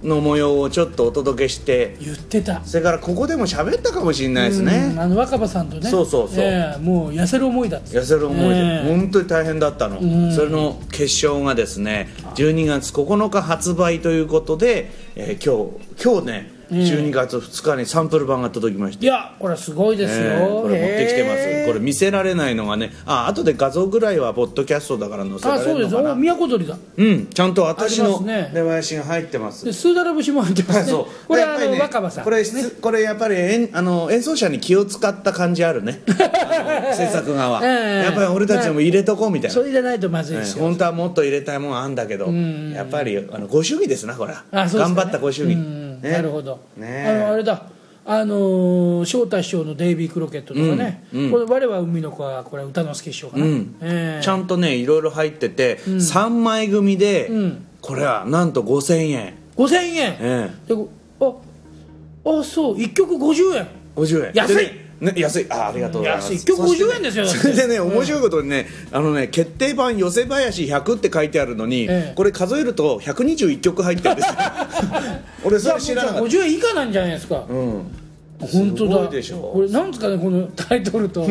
の模様をちょっとお届けして
言ってた
それからここでも喋ったかもしれないです
うん
ね
あの若葉さんとね
そうそうそう
えーもう痩せる思いだっつって
痩せる思いで、
えー
本当に大変だったの、
ん
それの決勝がですね12月9日発売ということで、えー今日今日ね12月2日にサンプル版が届きました
いやこれすごいですよ、
えーこれ持ってきてます、
えー
これ見せられないのがねあ後で画像ぐらいはポッドキャストだから載せら
あ
れ
そうで
る
す
のかな
お都鳥だ
うんちゃんと私
ありま
の
すね
出囃子が入ってます
でスーダラ節も入ってますね
*laughs* そう
これ
や
あ
っぱり
の
ね
若葉さん
これ質これやっぱり演あの演奏者に気を使った感じある
*laughs*
ねあの制作側、
ええ
やっぱり俺たちのも入れとこうみたいな、
それじゃないとまずいです
ね
よ、
本当はもっと入れたいもんあんだけどやっぱりあのご祝儀ですなこれは
あそうですかね
頑張ったご祝儀、
うん
ね
なるほど、
ね
あのあれだあのー翔太師匠の「デイビー・クロケット」とかね、これ我は海の子はこれは歌之助師匠かな、
うん
ええ
ちゃんとねいろいろ入ってて、3枚組で、
ん
これはなんと5000円、
5000円、
え
でこああそう1曲50円
え、50円
安い
でねね安いあありがとうございます
安い一曲
そしてね
50円ですよだって
それでね面白いことにね、あのね決定版寄せ林100って書いてあるのに、
ええ
これ数えると121曲入って
*laughs*
るんですよ俺
じ
そ
ゃあ
れ知らなかった
50円以下なんじゃないですか、
うん
本当だ
すごいでしょ
これなんですかねこのタイトルと、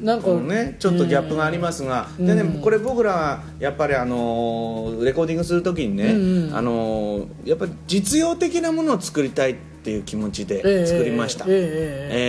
なんか、
このね、ちょっとギャップがありますが、でね、これ僕らやっぱりあのーレコーディングするときにね、あのーやっぱり実用的なものを作りたいっていう気持ち
ええ
で作りました、
ええええ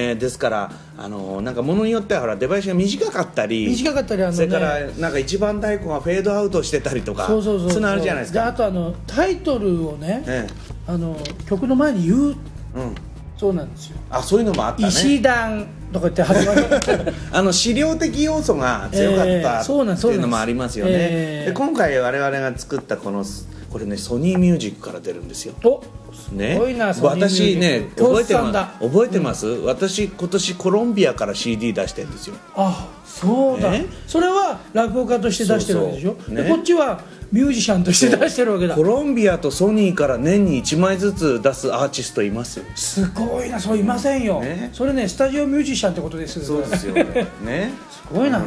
ええ
えーですからあのーなんかものによってはほら出囃子が短かったり
短かったりあのね
それからなんか一番太鼓がフェードアウトしてたりとか
そうそうそう
いうのあるじゃないですか
あとあのタイトルをね、
え
あの曲の前に言う
えうん、
そうなんですよ
あそういうのもあったね
石段とか言って始まる
*laughs* あの資料的要素が強か
え
った
え
って
そうなんそう
い
なんです
うのもありますよね、
ええ
で今回我々が作ったこのこれねソニーミュージックから出るんですよ
お
ね、
すごいなソニーミュージ
私
ッ
ね
ク
覚えて
投資さん
ま
だ
す覚えてます、私今年コロンビアから CD 出してるんですよ
あそうだ、
ね
それは落語家として出してるわけでし
そ
ょ
うそうね
でこっちはミュージシャンとして *laughs* 出してるわけだ
コロンビアとソニーから年に1枚ずつ出すアーティストいますよ
すごいなそういませんよ、
ね
それねスタジオミュージシャンってことですよね
そうですよ
*laughs*
ねね
すごいな、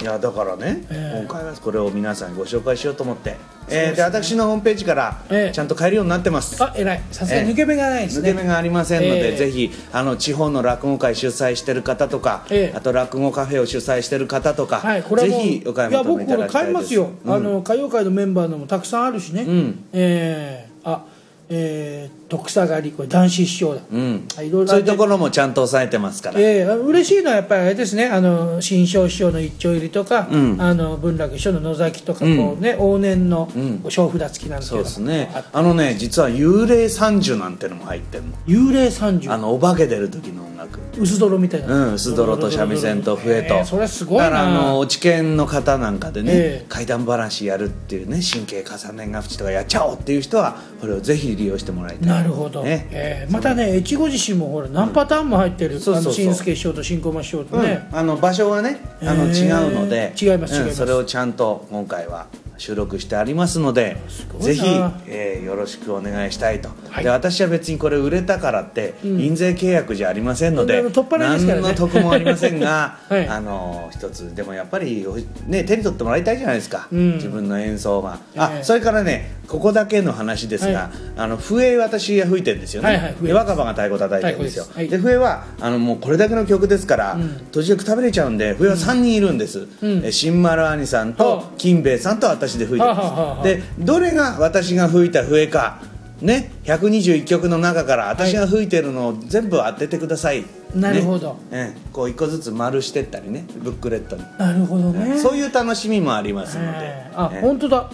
いやだからね、
ええ
今回はこれを皆さんにご紹介しようと思って、えー
そうですね
で私のホームページから
ええ
ちゃんと買えるようになってます、
あ偉いさすがに抜け目がないです
抜
ね、
け目がありませんので、
ええ
ぜひあの地方の落語会主催してる方とか、
ええ
あと落語カフェを主催してる方とか、
はい、これは
ぜ
もう
ひお買い
や
求め
僕
い
こ
た
れ
だきたいです
買いますよ、
うん
あの歌謡界のメンバーのもたくさんあるしね、
ん
えーあえーっ徳下がりこれ男子師匠だ、
うん
はいろいろ
そういうところもちゃんと抑えてますから、
ええ嬉しいのはやっぱりあれですねあの新庄師匠の一丁入りとか、
うん
あの文楽師匠の野崎とか、こうね往年の
ん
小札付きなんてい
そう
の
う
が
ですね
あって
あのね実は幽霊三十なんてのも入ってるの
幽霊三十
あのお化け出る時の音楽
薄泥みたいな
うん、スドロと三味線と笛と、
ええそれすごいな
だからあの知見の方なんかでね、
ええ
怪談話やるっていうね神経重ねが縁とかやっちゃおうっていう人はこれをぜひ利用してもらいたい
なるほど、
ね
ええまたね越後自身もほら何パターンも入ってる、
そうそうそう
あの新助師匠と新駒師匠と
うん
ね、
あの場所はねあの
え
違
ー
うので、
違います
うん
違います
それをちゃんと今回は収録してありますのです
ごいな
ぜひ、えーよろしくお願いしたいと、
はい
で私は別にこれ売れたからって、印税契約じゃありませんので
そんなの取っ払いですからね
何の得もありませんが、
*laughs* はい
あの一つでもやっぱり、ね、手に取ってもらいたいじゃないですか、
うん
自分の演奏が、
ええ
あそれからねここだけの話ですが、
はい
あの笛私が吹いてるんですよね、
はいはい笛
で若葉が太鼓叩いてるんですよ
太鼓ですはい
で笛はあのもうこれだけの曲ですから、途中で食べれちゃうんで笛は3人いるんです、
ん
え新丸兄さん
は
と
あ
金兵衛さんと私で吹いてるんです、
はあはあはあ
でどれが私が吹いた笛かね121曲の中から私が吹いてるのを全部当ててください、
なるほど
ねええこう一個ずつ丸してったりねブックレットに、
なるほどね、
そういう楽しみもありますので、
ええあ、
ええ
本当だ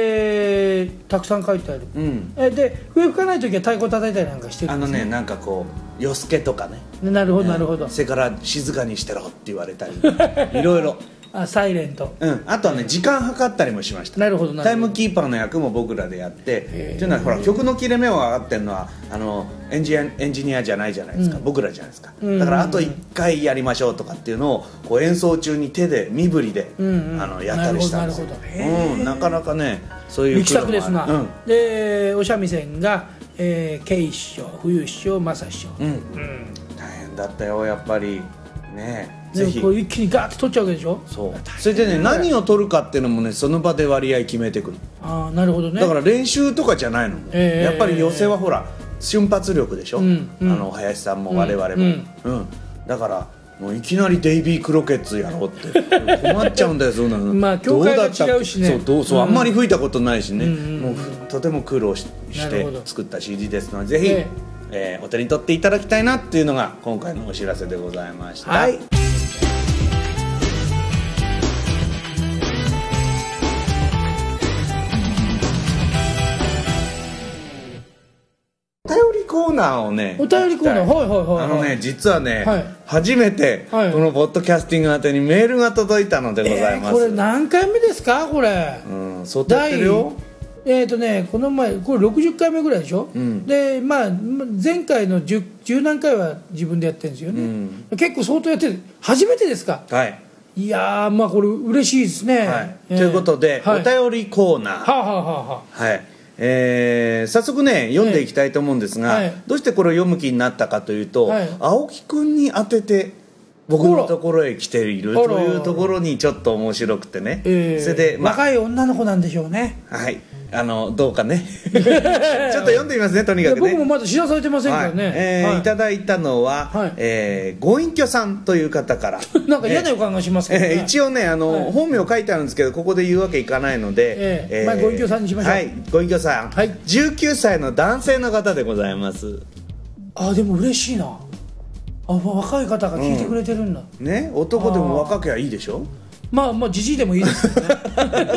笛たくさん書いてある、
うん
えで笛吹かない時は太鼓叩いたりなんかしてる
あ
ん
の
です
ねなんかこう夜更けとかね
ねなるほどなるほど、
それから静かにしてろって言われたり *laughs* いろいろ
あサイレント
うん、あとはね時間計ったりもしました
なるほどなるほど
タイムキーパーの役も僕らでやってって
へー
いうのはほら曲の切れ目を上がってるのはあのエンジニアエンジニアじゃないじゃないですか、僕らじゃないですか、
うん
だからあと1回やりましょうとかっていうのをこう演奏中に手で身振りで、
うんうん
あのやったりしたんですよ
なるほどなるほどへー
うん、なかなかねそういう
力作ですな、
うん
でお三味線が、えー、慶師匠冬師匠正師匠、
うん、
うん
大変だったよやっぱりね
で
ぜひ
こう一気にガーッと取っちゃうわけでしょ
そう
大変
それでね何を取るかっていうのもねその場で割合決めてくる
ああなるほどね
だから練習とかじゃないの、
ええ
やっぱり寄せはほら瞬発力でしょ、
うんうん
あの林さんも我々も、う
うんん
だからもういきなりデイビー・クロケッツやろうって困っちゃうんだよそんなの
*laughs* まあ
どだったっけ
教会が違うしね
そうどうそう、
うん
あんまり吹いたことないしね、
うんうん
もうとても苦労しし
なる
て
ほど
作った CD ですのでぜひ、
え
えーお手に取っていただきたいなっていうのが今回のお知らせでございました、
はい
お便りコーナーをね
お便りコーナー
やりた
はいはいはいはい
あのね実はね、
はい
初めてこ
はい
のポッドキャスティング宛てにメールが届いたのでございます、
えーこれ何回目ですかこれ、
うん相当やってるよ
えっ、とねこの前これ60回目ぐらいでしょ、
ん
でまあ前回の10十何回は自分でやってるんですよね、結構相当やってる初めてですか
はい、
いやーまあこれ嬉しいですね、
はい
えー
ということで、
はい、
お便りコーナー
はあ、はあはあは
はいえー早速ね読んでいきたいと思うんですが、
はい
どうしてこれを読む気になったかというと、
はい
青木くんに当てて僕
あ
の
ら
ところへ来ている
あら
というところにちょっと面白くてね、
えー
それで、まあ
若い女の子なんでしょうね
はい、あのどうか
*laughs*
ねちょっと読んでみますねとに
い
か
や
くね
僕もまだ知らされてませんか
は
ら
い
ね、
えー
はい
いただいたのは、
はい
えーご隠居さんという方から
*laughs* なんか嫌な予感がしますけど、ね
えー一応ねあの、
はい
本名書いてあるんですけどここで言うわけいかないので、
ええまあご隠居さんにしましょう
はいご隠居さん、
はい
19歳の男性の方でございます
あでも嬉しいなあまあ若い方が聞いてくれてるんだ、
ね男でも若きゃいいでしょ
まあまあじじいでもいいですよね
*laughs*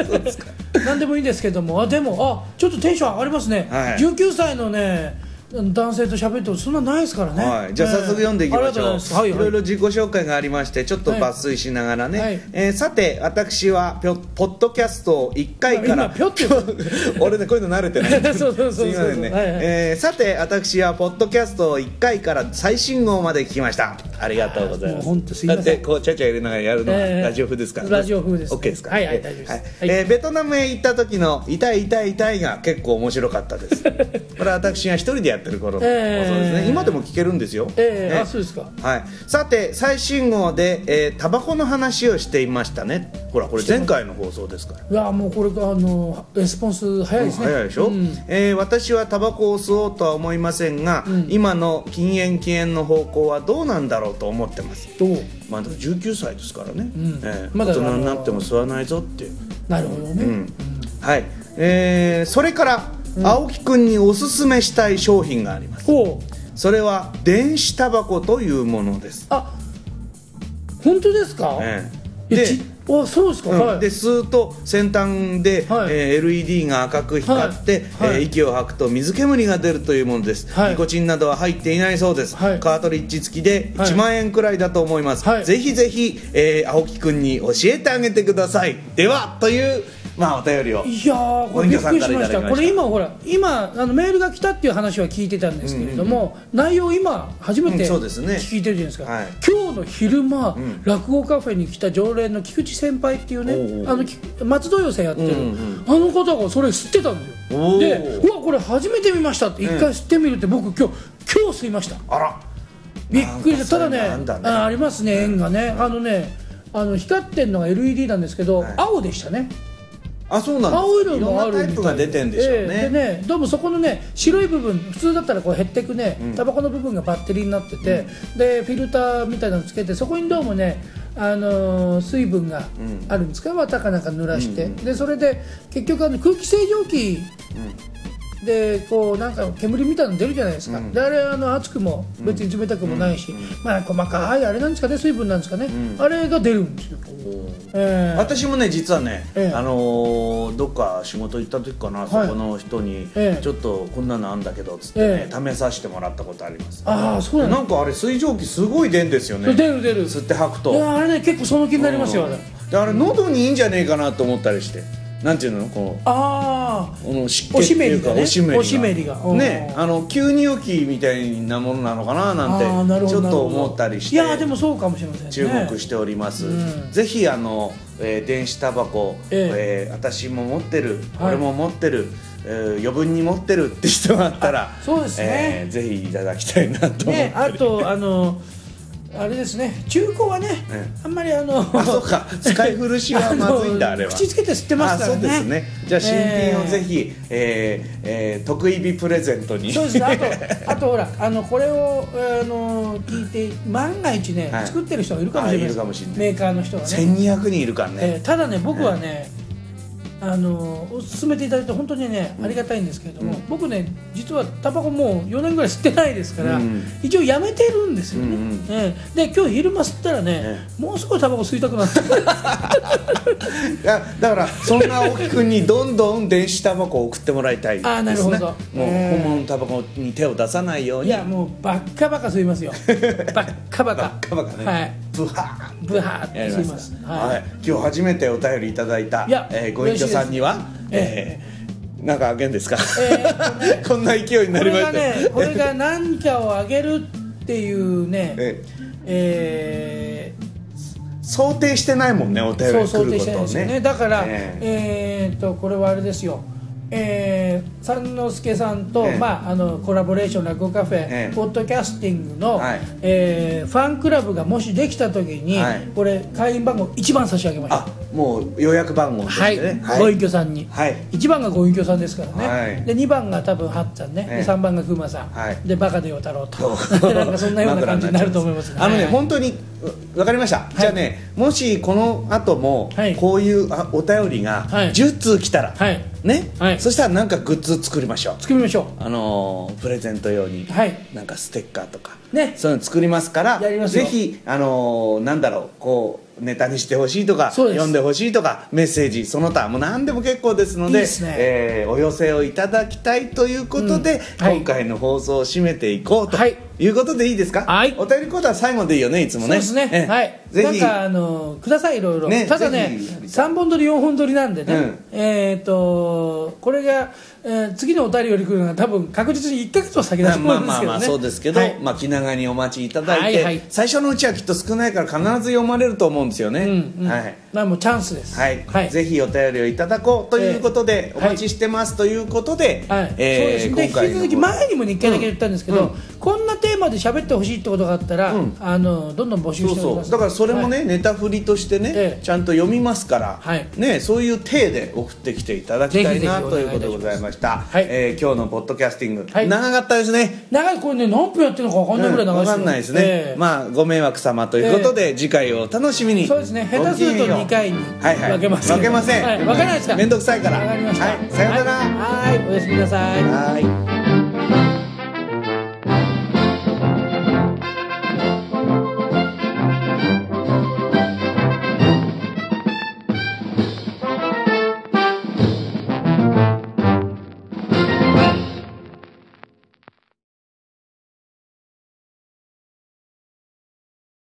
何でもいいですけどもあでもあちょっとテンション上がりますね、
はい
19歳のね男性と喋ってもそんなないですからね、
はい、じゃあ早速読んでいき
ええあ
ま
り
し
がと
ょう、
うございますはい
い
はい
ろいろ自己紹介がありましてちょっと抜粋しながらね、
はい
えーさて私はぴょポッドキャストを1回から
今ぴょって言う
*laughs* 俺ねこういうの慣れてない
*laughs* そうそうそうそう
すいませんね、
はいはい
えーさて私はポッドキャストを1回から最新号まで聞きましたありがとうございま
もう
す
ほんとすいません
だってこうちゃちゃ入れながらやるのは
ええ
ラジオ風ですから、
ラジオ風です
OK ですか
はいはい大丈夫です
え
はい
ーベトナムへ行った時の「痛い痛い痛い」が結構面白かったですこれは私が一人でやってる頃の放送ですね、
ええ
今でも聞けるんですよ
ええ
ね
あそうですか
はい、さて最新号で、えータバコの話をしていましたねほらこれ前回の放送ですから、
いやもうこれあのレスポンス早いですね、
早いでしょ、
うん
えー私はタバコを吸おうとは思いませんが、今の禁煙禁煙の方向はどうなんだろうと思ってます
どう
まだ19歳ですからね、
ん
えー
まだ
大人になっても吸わないぞっていう
なるほどね、
はい、えーそれから青木くんにおすすめしたい商品があります
おう
それは電子タバコというものです、
あ本当ですか、
ええ
いや
で
ちあそうですか、
うん
はい
で吸うと先端で、
はい
えー LED が赤く光って、
はいはい
えー息を吐くと水煙が出るというものです、
はい
ニコチンなどは入っていないそうです、
はい
カートリッジ付きで
はい
1万円くらいだと思います、
はい
ぜひぜひ、えー青木くんに教えてあげてくださいではという、まあ、お便りを
いやーこれびっくりしま
ご隠居さんからい
した
ただきました
これ今ほら今あのメールが来たっていう話は聞いてたんですけれども、内容今初め
う
て
んそうですね
聞いてるじゃないですか、
はい
今日の昼間、落語カフェに来た常連の菊池先輩っていうね
おうおう
あのき松戸寄せやってる、
うん
あの方がそれ吸ってたんです
お
よ
う
でうわこれ初めて見ましたって一回吸ってみるって僕今日今日吸いました
あら
びっくりしたただね
なんかそういうのあんだね
あありますね縁がね、あのねあの光ってんのが LED なんですけど、
はい
青でしたね
あそうなんです
青いのもある
いろんなタイプが出てんでしょうね,、
ええでねどうもそこのね白い部分普通だったらこう減ってくね、タバコの部分がバッテリーになってて、でフィルターみたいなのつけてそこにどうもねあのー水分があるんですか、綿かなんか濡らして、でそれで結局あの空気清浄機でこうなんか煙みたいなの出るじゃないですか、であれあの熱くも別に冷たくもないし、まあ細かいあれなんですかね水分なんですかね、あれが出るんですよ、ええ
私もね実はね、
ええ
あのーどっか仕事行った時かな、
はい
そこの人に、
ええ
ちょっとこんなのあんだけど」っつってね
え、
試させてもらったことあります
ああそうな
なん
だ
んかあれ水蒸気すごい出んですよ
そ
ね
れ出る出る
吸って吐く
い
と
やあれね結構その気になりますよ、
う
あ
ん
れ
であれ喉にいいんじゃねえかなと思ったりしてなんていうのこう
あ
この湿気
お
って
しめ
い
り
うか
がね
お
お
し
し
め
め
り
り
が
がうん
ねあの吸入器みたいなものなのかな
ああー
な
なんる
てちょっ
ほどなるほ
と
ど
思ったりして
いやでもそうかもしれませんね
注目しております、
うん
ぜひあの、えー電子タバコ、え
え
ー私も持ってる、
はい
俺も持ってる、えー余分に持ってるって人があったら
そうですね
えーぜひいただきたいなと思って、
ねあとあのあれですね中古はね、
え
あんまりあの
あそうか使い古しはまずいんだ
*laughs*
あれは
の口つけて吸ってますから
あそ
ね
うですねじゃあ新品をぜ
ひ、
ひ、えーえー得意日プレゼントに
そうです
*laughs*
ねあとあとほらあのこれをあの聞いて万が一ね、
はい
作ってる人がいるかもしれない
あいるかもしれない
メーカーの人がね
1200人いるからね、
えーただね僕はね、あのお勧めていただいて本当にねありがたいんですけれども、僕ね実はタバコもう4年ぐらい吸ってないですから、
うん
一応やめてるんですよね、
うんうん
ええで今日昼間吸ったらね、
え
もうすぐタバコ吸いたくなった
いやだからそんな青木君にどんどん電子タバコを送ってもらいたいです、ね、
あーなるほど
もう
えー
本物のタバコに手を出さないように
いやもうバッカバカ吸い
*laughs*
ますよバッカバカ
バッカバカね、
はい
ブハ
ブハーっ
ーやり
て吸
ま
い
し
ます
たはい、今日初めてお便りいただいた
いや
えーご隠居さんには
嬉しいです
えーなんかあげんですか、
えーと
*laughs* こんな勢いにな
こ
り
れ
ました
がねこれが何かをあげるっていうね
え
えー
想定してないもんねお便り
そう
来
想定
るこ
して
と
ない
を
ですよ
ね
ねだから、
ええ
えーっとこれはあれですよ、えー、三之助さんと、
ええ
まあ、あのコラボレーション落語カフェ、
ええ
ポッドキャスティングの、
はい
えーファンクラブがもしできた時に、
はい
これ会員番号1番差し上げまし
あ
た
もう予約番号です
はい、
ね
ご隠居さんに、
はい
一1番がご隠居さんですからね、
はい
で2番が多分はっちゃんね、
ええ
で3番がくまさん、
はい
でバカでよ太郎
*laughs*
と
そう
*laughs* なんかそんなような感じになると思
*laughs*
います
あのね、
はい
本当にうわかりました、じゃあねもしこの後も
はい
こういうあお便りが
はい
10通来たら、
はい
ね、
はい
そしたらなんかグッズ作りましょう
作りましょ
あのープレゼント用に、
はい
なんかステッカーとか、
ね
そういうの作りますから
やります
ぜ
よ
ひ、あのーなんだろうこうネタにしてほしいとか
そうです
読んでほしいとかメッセージその他もう何でも結構ですので
いいっすね
えーお寄せをいただきたいということで、
うんはい
今回の放送を締めていこうと
はい
いうことでいいですか、
はい
お便りコーナー最後でいいよねいつも
そう
ね
ですね、
ええ
はい
ぜ
なん
ひ
かあのくださいいろいろ、
ね
ただ
ぜ
ね
ひ
3本撮り4本撮りなんでね、
うん
えっ、とこれが、えー次のお便りより来るのは多分確実に1か月は先だ
ま
と
あ
思
まあ
う
まあま
んですけどね
あそうですけど、
はい
まあ、気長にお待ちいただいて、
はいはい
最初のうちはきっと少ないから必ず読まれると思うんですよね、
うんうん
はい
まあもうチャンスです
はい、ぜひお便りをいただこうということで、
ええ
お待ちしてますということで、
はい
えー
そうですね、
今回
引き続き前にもね1回だけ言ったんですけど、
うんうん
今こんなテーマで喋ってほしいってことがあったら、
うん
あのどんどん募集
そ
し
う
ており
そ
ます
うだからそれもね、ネタ振りとしてね、
ええ
ちゃんと読みますから、
はい
ね、そういう体で送ってきていただきたい
ぜひぜ
な
ひお
と
願
い
いういた
ことで
します
ございました、
はい
えー今日のポッドキャスティング、
はい
長かったですね
長いこれね何分やってるのか分かんないぐらい長い
分かんないですね、
ええ
まあご迷惑様ということで、次回をお楽しみに
そうですね下手すると2回に
はいはい
分けますけど、
分けません
はい、分からないですか
面倒くさいから
分かりました
はいさようなら
はいはいおやすみなさい
はい